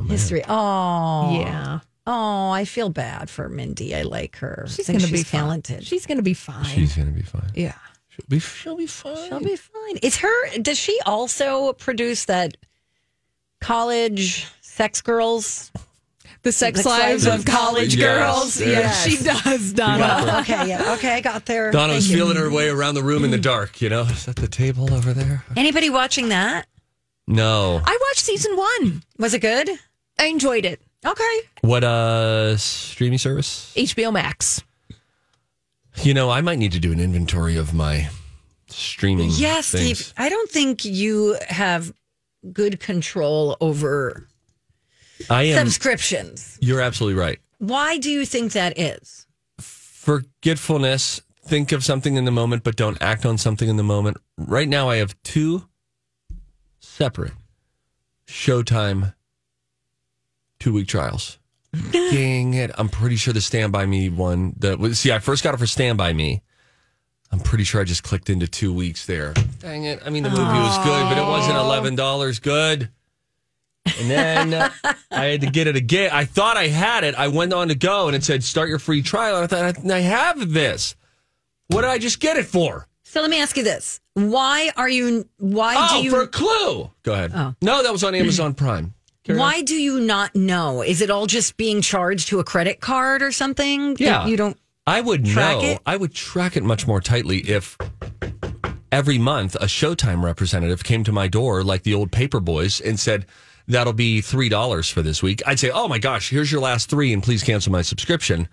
Speaker 1: history. Oh,
Speaker 3: yeah,
Speaker 1: Oh, I feel bad for Mindy. I like her.
Speaker 3: she's
Speaker 1: I think
Speaker 3: gonna be fine.
Speaker 1: talented.
Speaker 3: She's gonna be fine.
Speaker 2: she's going to be fine.
Speaker 3: yeah,
Speaker 2: She'll be, she'll be fine.
Speaker 1: She'll be fine. Is her, does she also produce that college sex girls?
Speaker 3: the sex
Speaker 1: Sex
Speaker 3: lives
Speaker 1: lives
Speaker 3: of college
Speaker 2: Yes,
Speaker 3: girls.
Speaker 2: yes.
Speaker 3: Yeah, she does,
Speaker 1: *laughs*
Speaker 3: Donna.
Speaker 1: okay. Yeah. Okay. I got there.
Speaker 2: Donna was
Speaker 1: Thank you.
Speaker 2: feeling her way around the room in the dark, you know? Is that the table over there?
Speaker 1: Anybody watching that?
Speaker 2: No.
Speaker 3: I watched season one.
Speaker 1: Was it good?
Speaker 3: I enjoyed it.
Speaker 1: Okay.
Speaker 2: What uh streaming service?
Speaker 3: HBO Max.
Speaker 2: You know, I might need to do an inventory of my streaming.
Speaker 1: Yes,
Speaker 2: things.
Speaker 1: Steve. I don't think you have good control over
Speaker 2: I am
Speaker 1: subscriptions.
Speaker 2: you're absolutely right.
Speaker 1: Why do you think that is?
Speaker 2: Forgetfulness, think of something in the moment but don't act on something in the moment. Right now, I have two separate Showtime two week trials. Dang it. I'm pretty sure the Stand By Me one, the, well, see, I first got it for Stand By Me. I'm pretty sure I just clicked into two weeks there. Dang it. I mean, the movie was good, but it wasn't $11 good. And then uh, I had to get it again. I thought I had it. I went on to go and it said, start your free trial. And I thought, I I have this. What did I just get it for?
Speaker 1: So let me ask you this: Why are you? Why
Speaker 2: Oh,
Speaker 1: do you? Oh.
Speaker 2: for a clue. Go ahead. No, that was on Amazon Prime. Carry on.
Speaker 1: why do you not know? Is it all just being charged to a credit card or something?
Speaker 2: Yeah.
Speaker 1: you don't.
Speaker 2: I would
Speaker 1: Track
Speaker 2: know.
Speaker 1: it?
Speaker 2: I would track it much more tightly if every month a Showtime representative came to my door, like the old paper boys, and said, That'll be $3 for this week. I'd say, Oh my gosh, here's your last three, and please cancel my subscription.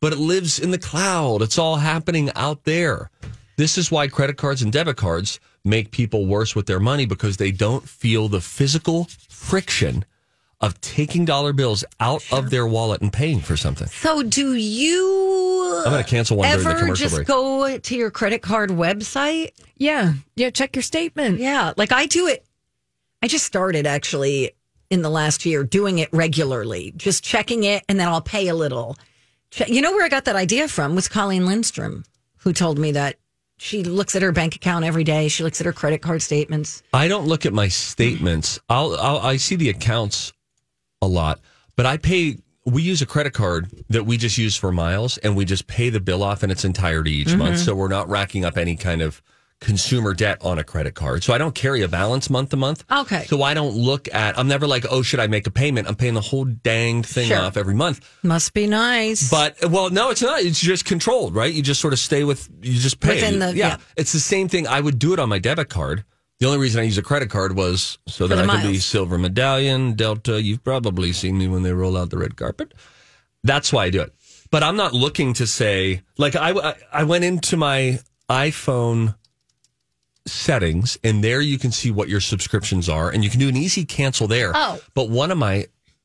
Speaker 2: But it lives in the cloud, it's all happening out there. This is why credit cards and debit cards make people worse with their money because they don't feel the physical friction of taking dollar bills out of their wallet and paying for something.
Speaker 1: So do you?
Speaker 2: I'm gonna cancel one during the
Speaker 1: ever
Speaker 2: commercial
Speaker 1: just
Speaker 2: break.
Speaker 1: go to your credit card website?
Speaker 3: Yeah. Yeah. Check your statement.
Speaker 1: Yeah, like I do it. I just started actually in the last year doing it regularly, just checking it, and then I'll pay a little. Che- You know where I got that idea from was Colleen Lindstrom, who told me that she looks at her bank account every day. She looks at her credit card statements.
Speaker 2: I don't look at my statements. I'll, I'll I see the accounts a lot, but I pay. We use a credit card that we just use for miles, and we just pay the bill off in its entirety each
Speaker 1: Mm-hmm.
Speaker 2: month. So we're not racking up any kind of consumer debt on a credit card. So I don't carry a balance month to month.
Speaker 1: Okay.
Speaker 2: So I don't look at. I'm never like, oh, should I make a payment? I'm paying the whole danged thing
Speaker 1: Sure.
Speaker 2: off every month.
Speaker 1: Must be nice.
Speaker 2: But well, no, it's not. It's just controlled, right? You just sort of stay with you just pay.
Speaker 1: Within the-
Speaker 2: yeah.
Speaker 1: yeah.
Speaker 2: it's the same thing. I would do it on my debit card. The only reason I use a credit card was so that
Speaker 1: the
Speaker 2: I could be
Speaker 1: miles.
Speaker 2: silver medallion, Delta. You've probably seen me when they roll out the red carpet. That's why I do it. But I'm not looking to say like I I, I went into my iPhone settings and there you can see what your subscriptions are and you can do an easy cancel there.
Speaker 3: Oh.
Speaker 2: But one of my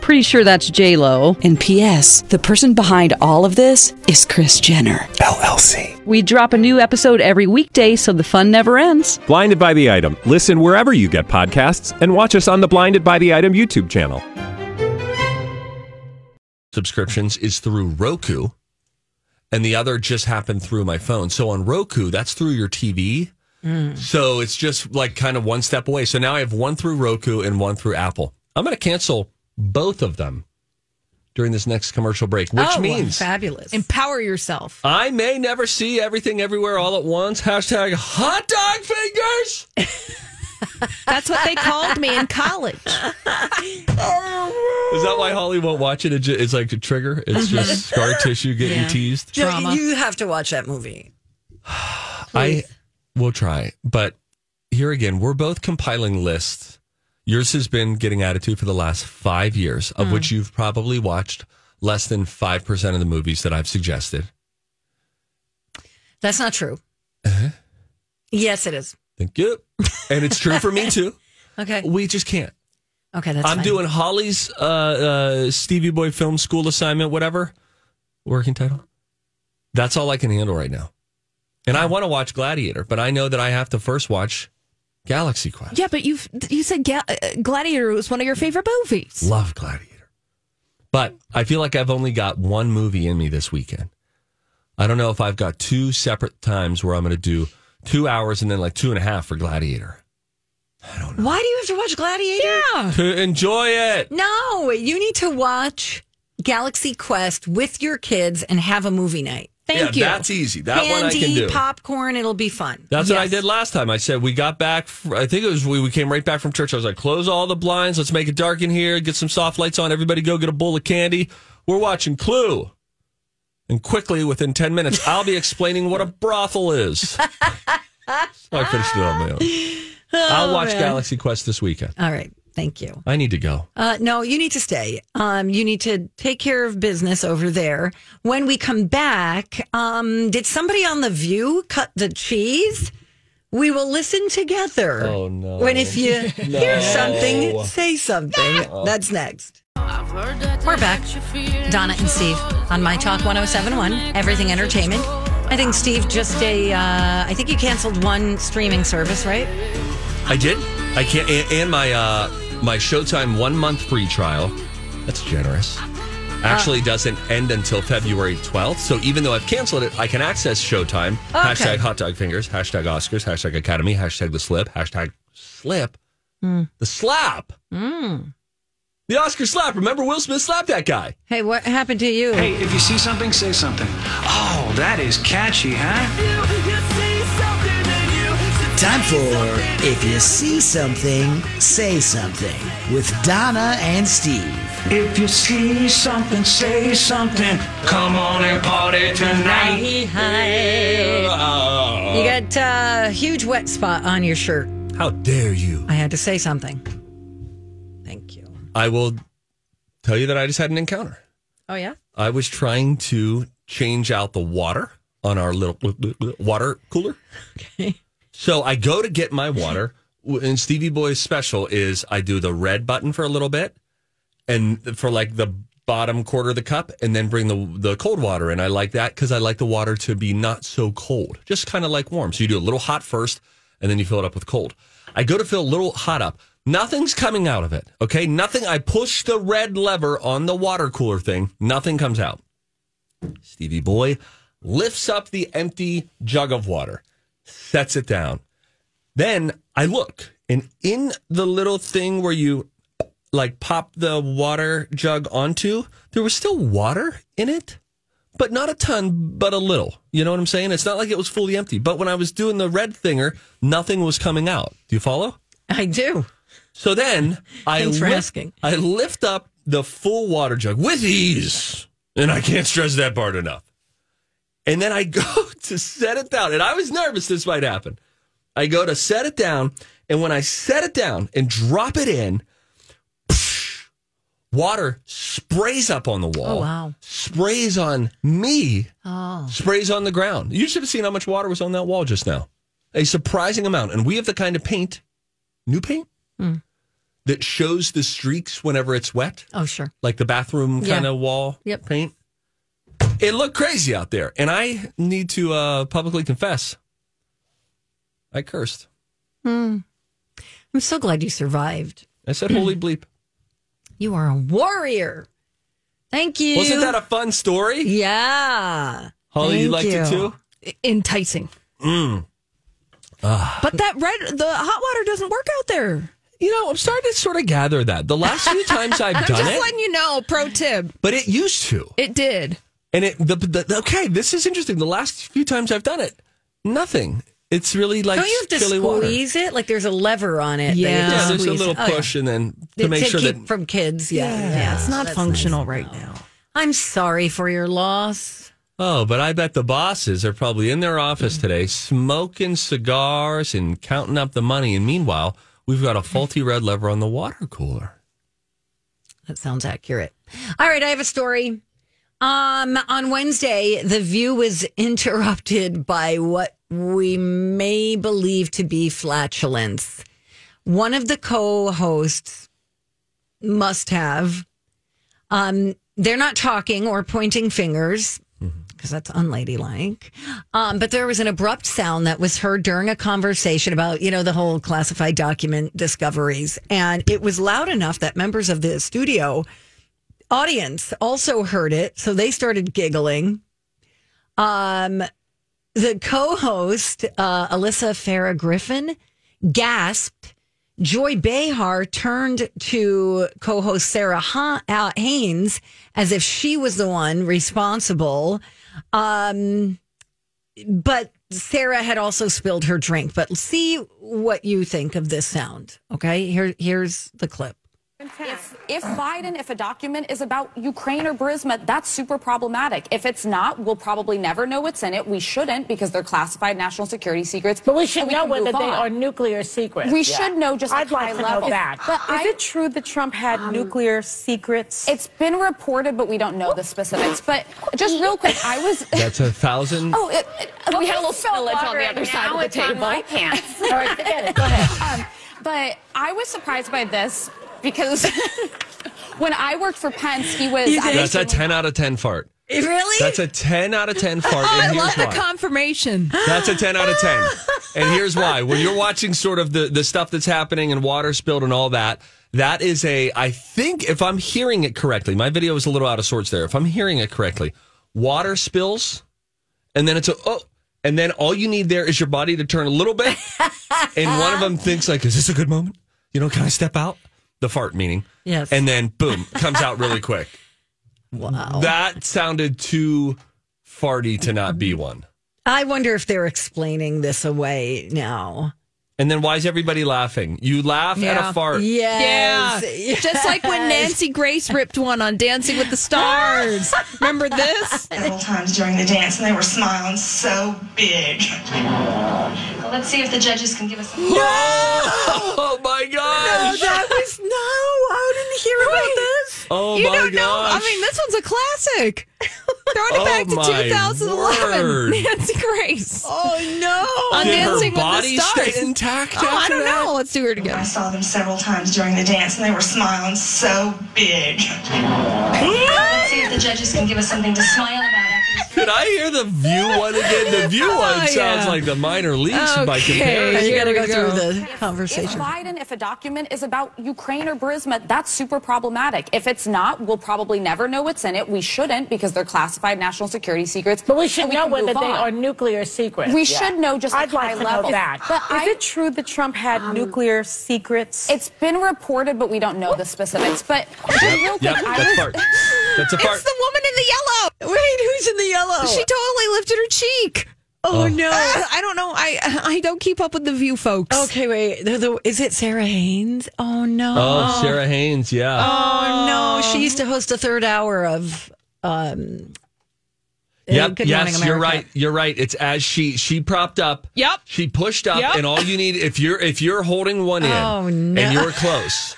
Speaker 4: Pretty sure that's J Lo.
Speaker 5: And P.S. The person behind all of this is Chris Jenner.
Speaker 6: LLC.
Speaker 4: We drop a new episode every weekday, so the fun never ends.
Speaker 6: Blinded by the item. Listen wherever you get podcasts, and watch us on the Blinded by the Item YouTube channel.
Speaker 2: subscriptions is through Roku, and the other just happened through my phone. So on Roku, that's through your TV. So it's just like kind of one step away. So now I have one through Roku and one through Apple. I'm going to cancel both of them during this next commercial break, which
Speaker 1: Oh,
Speaker 2: means
Speaker 1: fabulous.
Speaker 3: Empower yourself.
Speaker 2: I may never see everything everywhere all at once. Hashtag hot dog fingers.
Speaker 3: That's what they called me in college.
Speaker 2: Is that why Holly won't watch it? It ju- It's like a trigger. It's just scar tissue getting teased.
Speaker 1: *laughs* Joe, You have to watch that movie.
Speaker 2: I will try, but here again, we're both compiling lists. Yours has been getting attitude for the last five years, of which you've probably watched less than five percent of the movies that I've suggested.
Speaker 1: That's not true.
Speaker 2: Uh-huh.
Speaker 1: Yes, it is.
Speaker 2: Thank you, and it's true for me too.
Speaker 1: Okay.
Speaker 2: We just can't.
Speaker 1: Okay, that's
Speaker 2: I'm
Speaker 1: fine.
Speaker 2: doing Holly's uh, uh, Stevie Boy film school assignment, whatever working title. That's all I can handle right now, and I want to watch Gladiator, but I know that I have to first watch Galaxy Quest.
Speaker 3: Yeah, but you you said Gal- uh, Gladiator was one of your favorite movies.
Speaker 2: Love Gladiator. But I feel like I've only got one movie in me this weekend. I don't know if I've got two separate times where I'm going to do two hours and then like two and a half for
Speaker 1: *laughs*
Speaker 2: Gladiator.
Speaker 1: Why do you have to watch Gladiator?
Speaker 2: To enjoy it.
Speaker 1: No, you need to watch Galaxy Quest with your kids and have a movie night. Thank
Speaker 2: yeah,
Speaker 1: you.
Speaker 2: That's easy. That
Speaker 1: Candy,
Speaker 2: one I can do.
Speaker 1: popcorn, it'll be fun.
Speaker 2: That's what I did last time. I said we got back. fr- I think it was we, we came right back from church. I was like, close all the blinds. Let's make it dark in here. Get some soft lights on. Everybody go get a bowl of candy. We're watching Clue. And quickly, within 10 minutes, I'll be explaining what a brothel is.
Speaker 1: *laughs*
Speaker 2: so I finished it on my own. I'll watch Galaxy Quest this weekend.
Speaker 1: Oh, All right. Thank you.
Speaker 2: I need to go.
Speaker 1: Uh, no, you need to stay. Um, you need to take care of business over there. When we come back, um, did somebody on The View cut the cheese? We will listen together.
Speaker 2: Oh, no.
Speaker 1: When if you
Speaker 2: *laughs* No. Ah.
Speaker 1: hear something, say something. That's next. We're back. Donna and Steve on My Talk 1071, Everything Entertainment. I think Steve just a, uh, I think you canceled one streaming service, right?
Speaker 2: I did. I can't. And, and my uh, my Showtime one month free trial. That's generous. Actually, doesn't end until February twelfth. So even though I've canceled it, I can access Showtime. Hashtag hot dog fingers. Hashtag Oscars. Hashtag Academy. Hashtag the slip. Hashtag slip. The slap. The Oscar slap. Remember Will Smith slapped that guy.
Speaker 1: Hey, what happened to you?
Speaker 7: Hey, if you see something, say something. Oh, that is catchy, huh?
Speaker 8: Time for If You See Something, Say Something with Donna and Steve.
Speaker 7: If you see something, say something. Come on and party tonight.
Speaker 1: You got a uh, huge wet spot on your shirt.
Speaker 2: How dare you?
Speaker 1: I had to say something. Thank you.
Speaker 2: I will tell you that I just had an encounter.
Speaker 1: Oh yeah.
Speaker 2: I was trying to change out the water on our little water cooler.
Speaker 1: Okay.
Speaker 2: So I go to get my water, and Stevie Boy's special is I do the red button for a little bit, and for like the bottom quarter of the cup, and then bring the the cold water in. I like that because I like the water to be not so cold, just kind of like warm. So you do a little hot first, and then you fill it up with cold. I go to fill a little hot up. Nothing's coming out of it. Okay, nothing. I push the red lever on the water cooler thing. Nothing comes out. Stevie Boy lifts up the empty jug of water, sets it down. Then I look, and in the little thing where you like pop the water jug onto, there was still water in it, but not a ton, but a little. You know what I'm saying? It's not like it was fully empty. But when I was doing the red thinger, nothing was coming out. Do you follow?
Speaker 1: I do.
Speaker 2: So then I
Speaker 1: Thanks for
Speaker 2: lift,
Speaker 1: asking.
Speaker 2: I lift up the full water jug with ease, and I can't stress that part enough. And then I *laughs* go to set it down, and I was nervous this might happen. I go to set it down, and when I set it down and drop it in, water sprays up on the wall.
Speaker 1: Oh, wow.
Speaker 2: Sprays on me.
Speaker 1: Oh.
Speaker 2: Sprays on the ground. You should have seen how much water was on that wall just now. A surprising amount. And we have the kind of paint, new paint,
Speaker 1: Hmm.
Speaker 2: that shows the streaks whenever it's wet,
Speaker 1: Oh sure.
Speaker 2: like the bathroom
Speaker 1: Yeah.
Speaker 2: kind of wall
Speaker 1: Yep.
Speaker 2: paint. It looked crazy out there. And I need to uh, publicly confess I cursed.
Speaker 1: I'm so glad you survived.
Speaker 2: I said,
Speaker 1: *clears throat*
Speaker 2: holy bleep.
Speaker 1: You are a warrior. Thank you.
Speaker 2: Wasn't that a fun story?
Speaker 1: yeah.
Speaker 2: Holly, you
Speaker 1: Thank
Speaker 2: liked it too?
Speaker 3: E-, enticing. but that red, the hot water doesn't work out there.
Speaker 2: You know, I'm starting to sort of gather that. The last few times
Speaker 1: *laughs*
Speaker 2: I've done
Speaker 3: Just
Speaker 2: it,
Speaker 3: letting you know, pro tip,
Speaker 2: but it used to.
Speaker 3: it did.
Speaker 2: And it, the, the, okay, this is interesting. The last few times I've done it, nothing. It's really like
Speaker 1: Don't you have to
Speaker 2: chili water.
Speaker 1: squeeze it? Like there's a lever on it. that you
Speaker 3: Yeah.
Speaker 1: have to
Speaker 2: Yeah, there's a
Speaker 1: squeeze
Speaker 2: little
Speaker 1: it. Oh, yeah.
Speaker 2: push, and then to
Speaker 1: It's
Speaker 2: make sure
Speaker 1: keep
Speaker 2: that
Speaker 1: from kids. Yeah. Yeah.
Speaker 3: it's not functional right now.
Speaker 1: I'm sorry for your loss.
Speaker 2: Oh, but I bet the bosses are probably in their office today smoking cigars and counting up the money. And meanwhile, we've got a faulty red lever on the water cooler.
Speaker 1: That sounds accurate. All right, I have a story. Um, on Wednesday, the view was *laughs* interrupted by what we may believe to be flatulence. One of the co-hosts must have. Um, they're not talking or pointing fingers because that's unladylike. Um, but there was an abrupt sound that was heard during a conversation about, you know, the whole classified document discoveries. And it was loud enough that members of the studio audience also heard it. So they started giggling. Um, the co host, uh, Alyssa Farah Griffin, gasped. Joy Behar turned to co host Sarah ha- uh, Haynes as if she was the one responsible. Um, but Sarah had also spilled her drink. But see what you think of this sound. Okay, Here, here's the clip.
Speaker 8: If
Speaker 9: if Biden, if a document is about Ukraine or Burisma, that's super problematic. If it's not, we'll probably never know what's in it. We shouldn't because they're classified national security secrets.
Speaker 10: But we should
Speaker 9: and
Speaker 10: know
Speaker 9: can
Speaker 10: whether
Speaker 9: move
Speaker 10: they
Speaker 9: on.
Speaker 10: are nuclear secrets.
Speaker 9: We
Speaker 10: Yeah.
Speaker 9: should know just
Speaker 10: I'd
Speaker 9: at
Speaker 10: like
Speaker 9: high
Speaker 10: to
Speaker 9: level.
Speaker 10: know that.
Speaker 9: But is it true that Trump had
Speaker 3: Um,
Speaker 9: nuclear secrets? It's been reported, but we don't know the specifics. But just real quick, I was.
Speaker 2: That's a
Speaker 1: *laughs*
Speaker 2: thousand.
Speaker 9: Oh, it,
Speaker 10: *laughs*
Speaker 9: it, we had a little
Speaker 11: so
Speaker 9: spillage on
Speaker 11: water,
Speaker 9: the other
Speaker 11: and
Speaker 9: side
Speaker 11: now
Speaker 9: of the
Speaker 11: it's on
Speaker 9: table.
Speaker 11: my pants.
Speaker 9: All right, forget it. Go ahead. Um, but I was surprised by this because *laughs* when I worked for Pence, he was.
Speaker 2: That's a 10 out of 10 fart.
Speaker 3: Really?
Speaker 2: That's a 10 out of 10
Speaker 1: *laughs*
Speaker 2: fart.
Speaker 3: Oh, I
Speaker 2: and here's
Speaker 3: love the
Speaker 2: why.
Speaker 3: confirmation.
Speaker 2: That's a 10 out of 10. And here's why. When you're watching sort of the, the stuff that's happening and water spilled and all that, that is a, I think, if I'm hearing it correctly, my video is a little out of sorts there. If I'm hearing it correctly, water spills and then it's a, oh, and then all you need there is your body to turn a little
Speaker 1: *laughs*
Speaker 2: bit. and one of them thinks like, is this a good moment? You know, can I step out? The fart meaning.
Speaker 1: Yes.
Speaker 2: And then boom, comes out really quick.
Speaker 1: *laughs* Wow.
Speaker 2: That sounded too farty to not be one.
Speaker 1: I wonder if they're explaining this away now.
Speaker 2: And then why is everybody laughing? You laugh at a fart.
Speaker 1: Yes.
Speaker 3: Yeah. *laughs* Just like when Nancy Grace ripped one on Dancing with the Stars. Remember this?
Speaker 12: several times during the dance, and they were smiling so big. Well, let's see if the judges can give us some.
Speaker 2: *laughs* Oh my gosh!
Speaker 12: No, that
Speaker 3: was no. I didn't hear about this.
Speaker 2: Oh
Speaker 3: you
Speaker 2: my
Speaker 3: don't know. I
Speaker 2: gosh.
Speaker 3: mean, this one's a classic. Throwing it
Speaker 2: Oh
Speaker 3: back to
Speaker 2: my
Speaker 3: 2011.
Speaker 2: word.
Speaker 3: Nancy Grace. Oh no. *laughs* On
Speaker 12: Did her
Speaker 3: Dancing
Speaker 12: body
Speaker 3: with the Stars.
Speaker 12: stay intact
Speaker 3: Oh, I
Speaker 12: after
Speaker 3: don't
Speaker 12: that?
Speaker 3: know. Let's do it again.
Speaker 12: I saw them several times during the dance, and they were smiling so big. Well, let's see if the judges can give us something to smile about.
Speaker 2: Could I hear the view one again? The
Speaker 3: *laughs*
Speaker 2: view
Speaker 12: Oh,
Speaker 2: one sounds
Speaker 12: yeah.
Speaker 2: like the minor leagues by comparison.
Speaker 1: you got to
Speaker 9: here
Speaker 1: go,
Speaker 9: we
Speaker 1: through
Speaker 9: go.
Speaker 1: the
Speaker 9: If
Speaker 1: conversation.
Speaker 9: Biden, if a document is about Ukraine or Burisma, that's super problematic. If it's not, we'll probably never know what's in it. We shouldn't because they're classified national security secrets. But
Speaker 10: we should know
Speaker 9: can
Speaker 10: whether
Speaker 9: move
Speaker 10: they
Speaker 9: on.
Speaker 10: are nuclear secrets.
Speaker 9: We
Speaker 10: Yeah.
Speaker 9: should know just
Speaker 10: I'd
Speaker 9: at
Speaker 10: like
Speaker 9: high
Speaker 10: to know
Speaker 9: level.
Speaker 10: that.
Speaker 9: But is it true that Trump had nuclear secrets? It's been reported, but we don't know the specifics. But just real
Speaker 2: Yep,
Speaker 9: quick,
Speaker 2: yep,
Speaker 9: I
Speaker 2: that's
Speaker 9: was-
Speaker 3: *laughs*
Speaker 2: fart. That's a fart.
Speaker 3: It's the woman in the yellow. Wait, who's in the yellow? She totally lifted her cheek.
Speaker 1: Oh, no.
Speaker 3: Uh, I don't know. I I don't keep up with the view, folks.
Speaker 1: Okay, wait. The- the- is it Sarah Haynes? Oh no.
Speaker 2: Oh, Sarah Haynes, yeah.
Speaker 1: Oh, no. She used to host a third hour of um
Speaker 2: Yep.
Speaker 1: Good
Speaker 2: yes,
Speaker 1: Morning
Speaker 2: you're
Speaker 1: America.
Speaker 2: right. You're right. It's as she she propped up.
Speaker 1: Yep.
Speaker 2: She pushed up,
Speaker 1: Yep.
Speaker 2: and all you need if you're if you're holding one in
Speaker 1: Oh, no.
Speaker 2: and you're
Speaker 1: *laughs*
Speaker 2: close,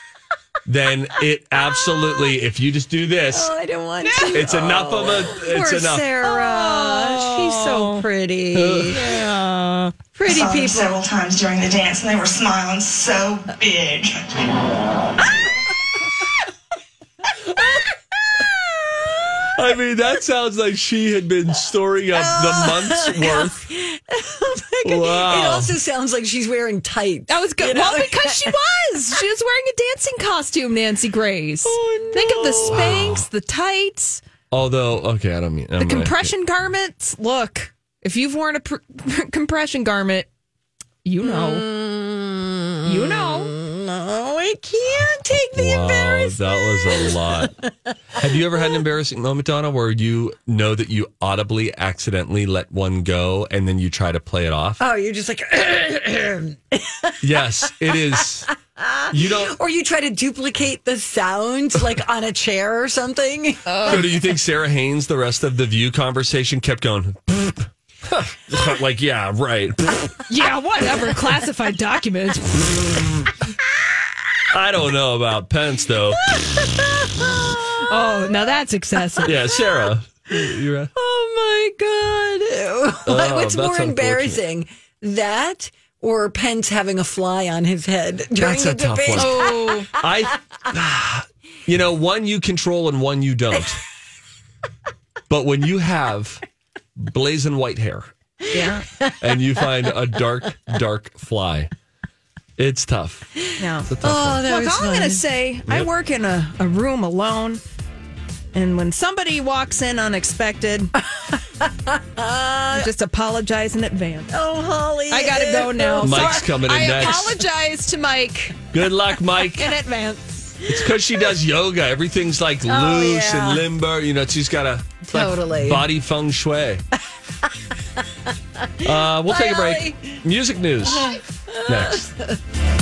Speaker 2: then it absolutely if you just do this,
Speaker 1: Oh, I don't want to.
Speaker 2: it's enough of a it's
Speaker 1: Poor
Speaker 2: enough.
Speaker 1: Sarah. She's so pretty.
Speaker 3: Oh. Yeah.
Speaker 12: I
Speaker 1: Pretty
Speaker 12: saw
Speaker 1: people.
Speaker 12: Them several times during the dance, and they were smiling so big.
Speaker 2: I mean, that sounds like she had been storing up
Speaker 1: Oh,
Speaker 2: the month's worth.
Speaker 1: It
Speaker 2: Wow.
Speaker 1: also sounds like she's wearing tights.
Speaker 3: That was good.
Speaker 1: You know?
Speaker 3: Well, because
Speaker 1: *laughs*
Speaker 3: she was. She was wearing a dancing costume, Nancy Grace.
Speaker 1: Oh,
Speaker 3: Think of the Spanx, the tights,
Speaker 2: Although, okay, I don't mean
Speaker 3: the compression garments. Look, if you've worn a pr- *laughs* compression garment, you know. You know. Oh,
Speaker 1: No, I can't take the
Speaker 2: Wow, that was a lot. Have you ever
Speaker 1: *laughs*
Speaker 2: had an embarrassing moment, Donna, where you know that you audibly accidentally let one go and then you try to play it off?
Speaker 1: Oh, you're just like
Speaker 3: *clears throat*
Speaker 2: Yes, it is. You
Speaker 3: *laughs*
Speaker 2: don't.
Speaker 1: or you try to duplicate the sound like on a chair or
Speaker 2: *laughs*
Speaker 1: something.
Speaker 3: Uh.
Speaker 2: So do you think Sarah Haynes, the rest of the View conversation, kept going? like, yeah, right.
Speaker 3: Yeah, whatever. Classified documents.
Speaker 2: I don't know about Pence, though.
Speaker 3: Oh, now that's excessive.
Speaker 2: Yeah, Sarah. You're right.
Speaker 1: Oh my god! *laughs*
Speaker 2: Oh,
Speaker 1: What's
Speaker 2: that's
Speaker 1: more
Speaker 2: unfortunate.
Speaker 1: embarrassing, that or Pence having a fly on his head during
Speaker 2: That's
Speaker 1: the
Speaker 2: a tough
Speaker 1: debate?
Speaker 2: one.
Speaker 3: Oh.
Speaker 1: *laughs*
Speaker 2: I, *sighs* you know, one you control and one you don't. But when you have blazing white hair
Speaker 1: yeah.
Speaker 2: and you find a dark, dark fly, it's tough.
Speaker 3: No.
Speaker 2: It's a tough
Speaker 1: Oh,
Speaker 2: one.
Speaker 3: Look, all I'm going to say, I
Speaker 2: Yep.
Speaker 3: work in a, a room alone, and when somebody walks in unexpected, I just apologize in advance.
Speaker 1: Oh, Holly,
Speaker 3: I gotta
Speaker 2: *laughs*
Speaker 3: go now.
Speaker 2: Mike's
Speaker 3: Sorry.
Speaker 2: coming in
Speaker 3: I
Speaker 2: next.
Speaker 3: apologize to Mike
Speaker 2: Good luck, Mike.
Speaker 3: in advance.
Speaker 2: It's because she does yoga. Everything's like
Speaker 3: Oh,
Speaker 2: loose
Speaker 3: yeah.
Speaker 2: and limber. You know, she's got a it's like
Speaker 3: Totally.
Speaker 2: body feng
Speaker 3: *laughs*
Speaker 2: shui. uh, we'll
Speaker 3: Bye,
Speaker 2: take a break.
Speaker 3: Ollie. Uh-huh.
Speaker 2: Music news next.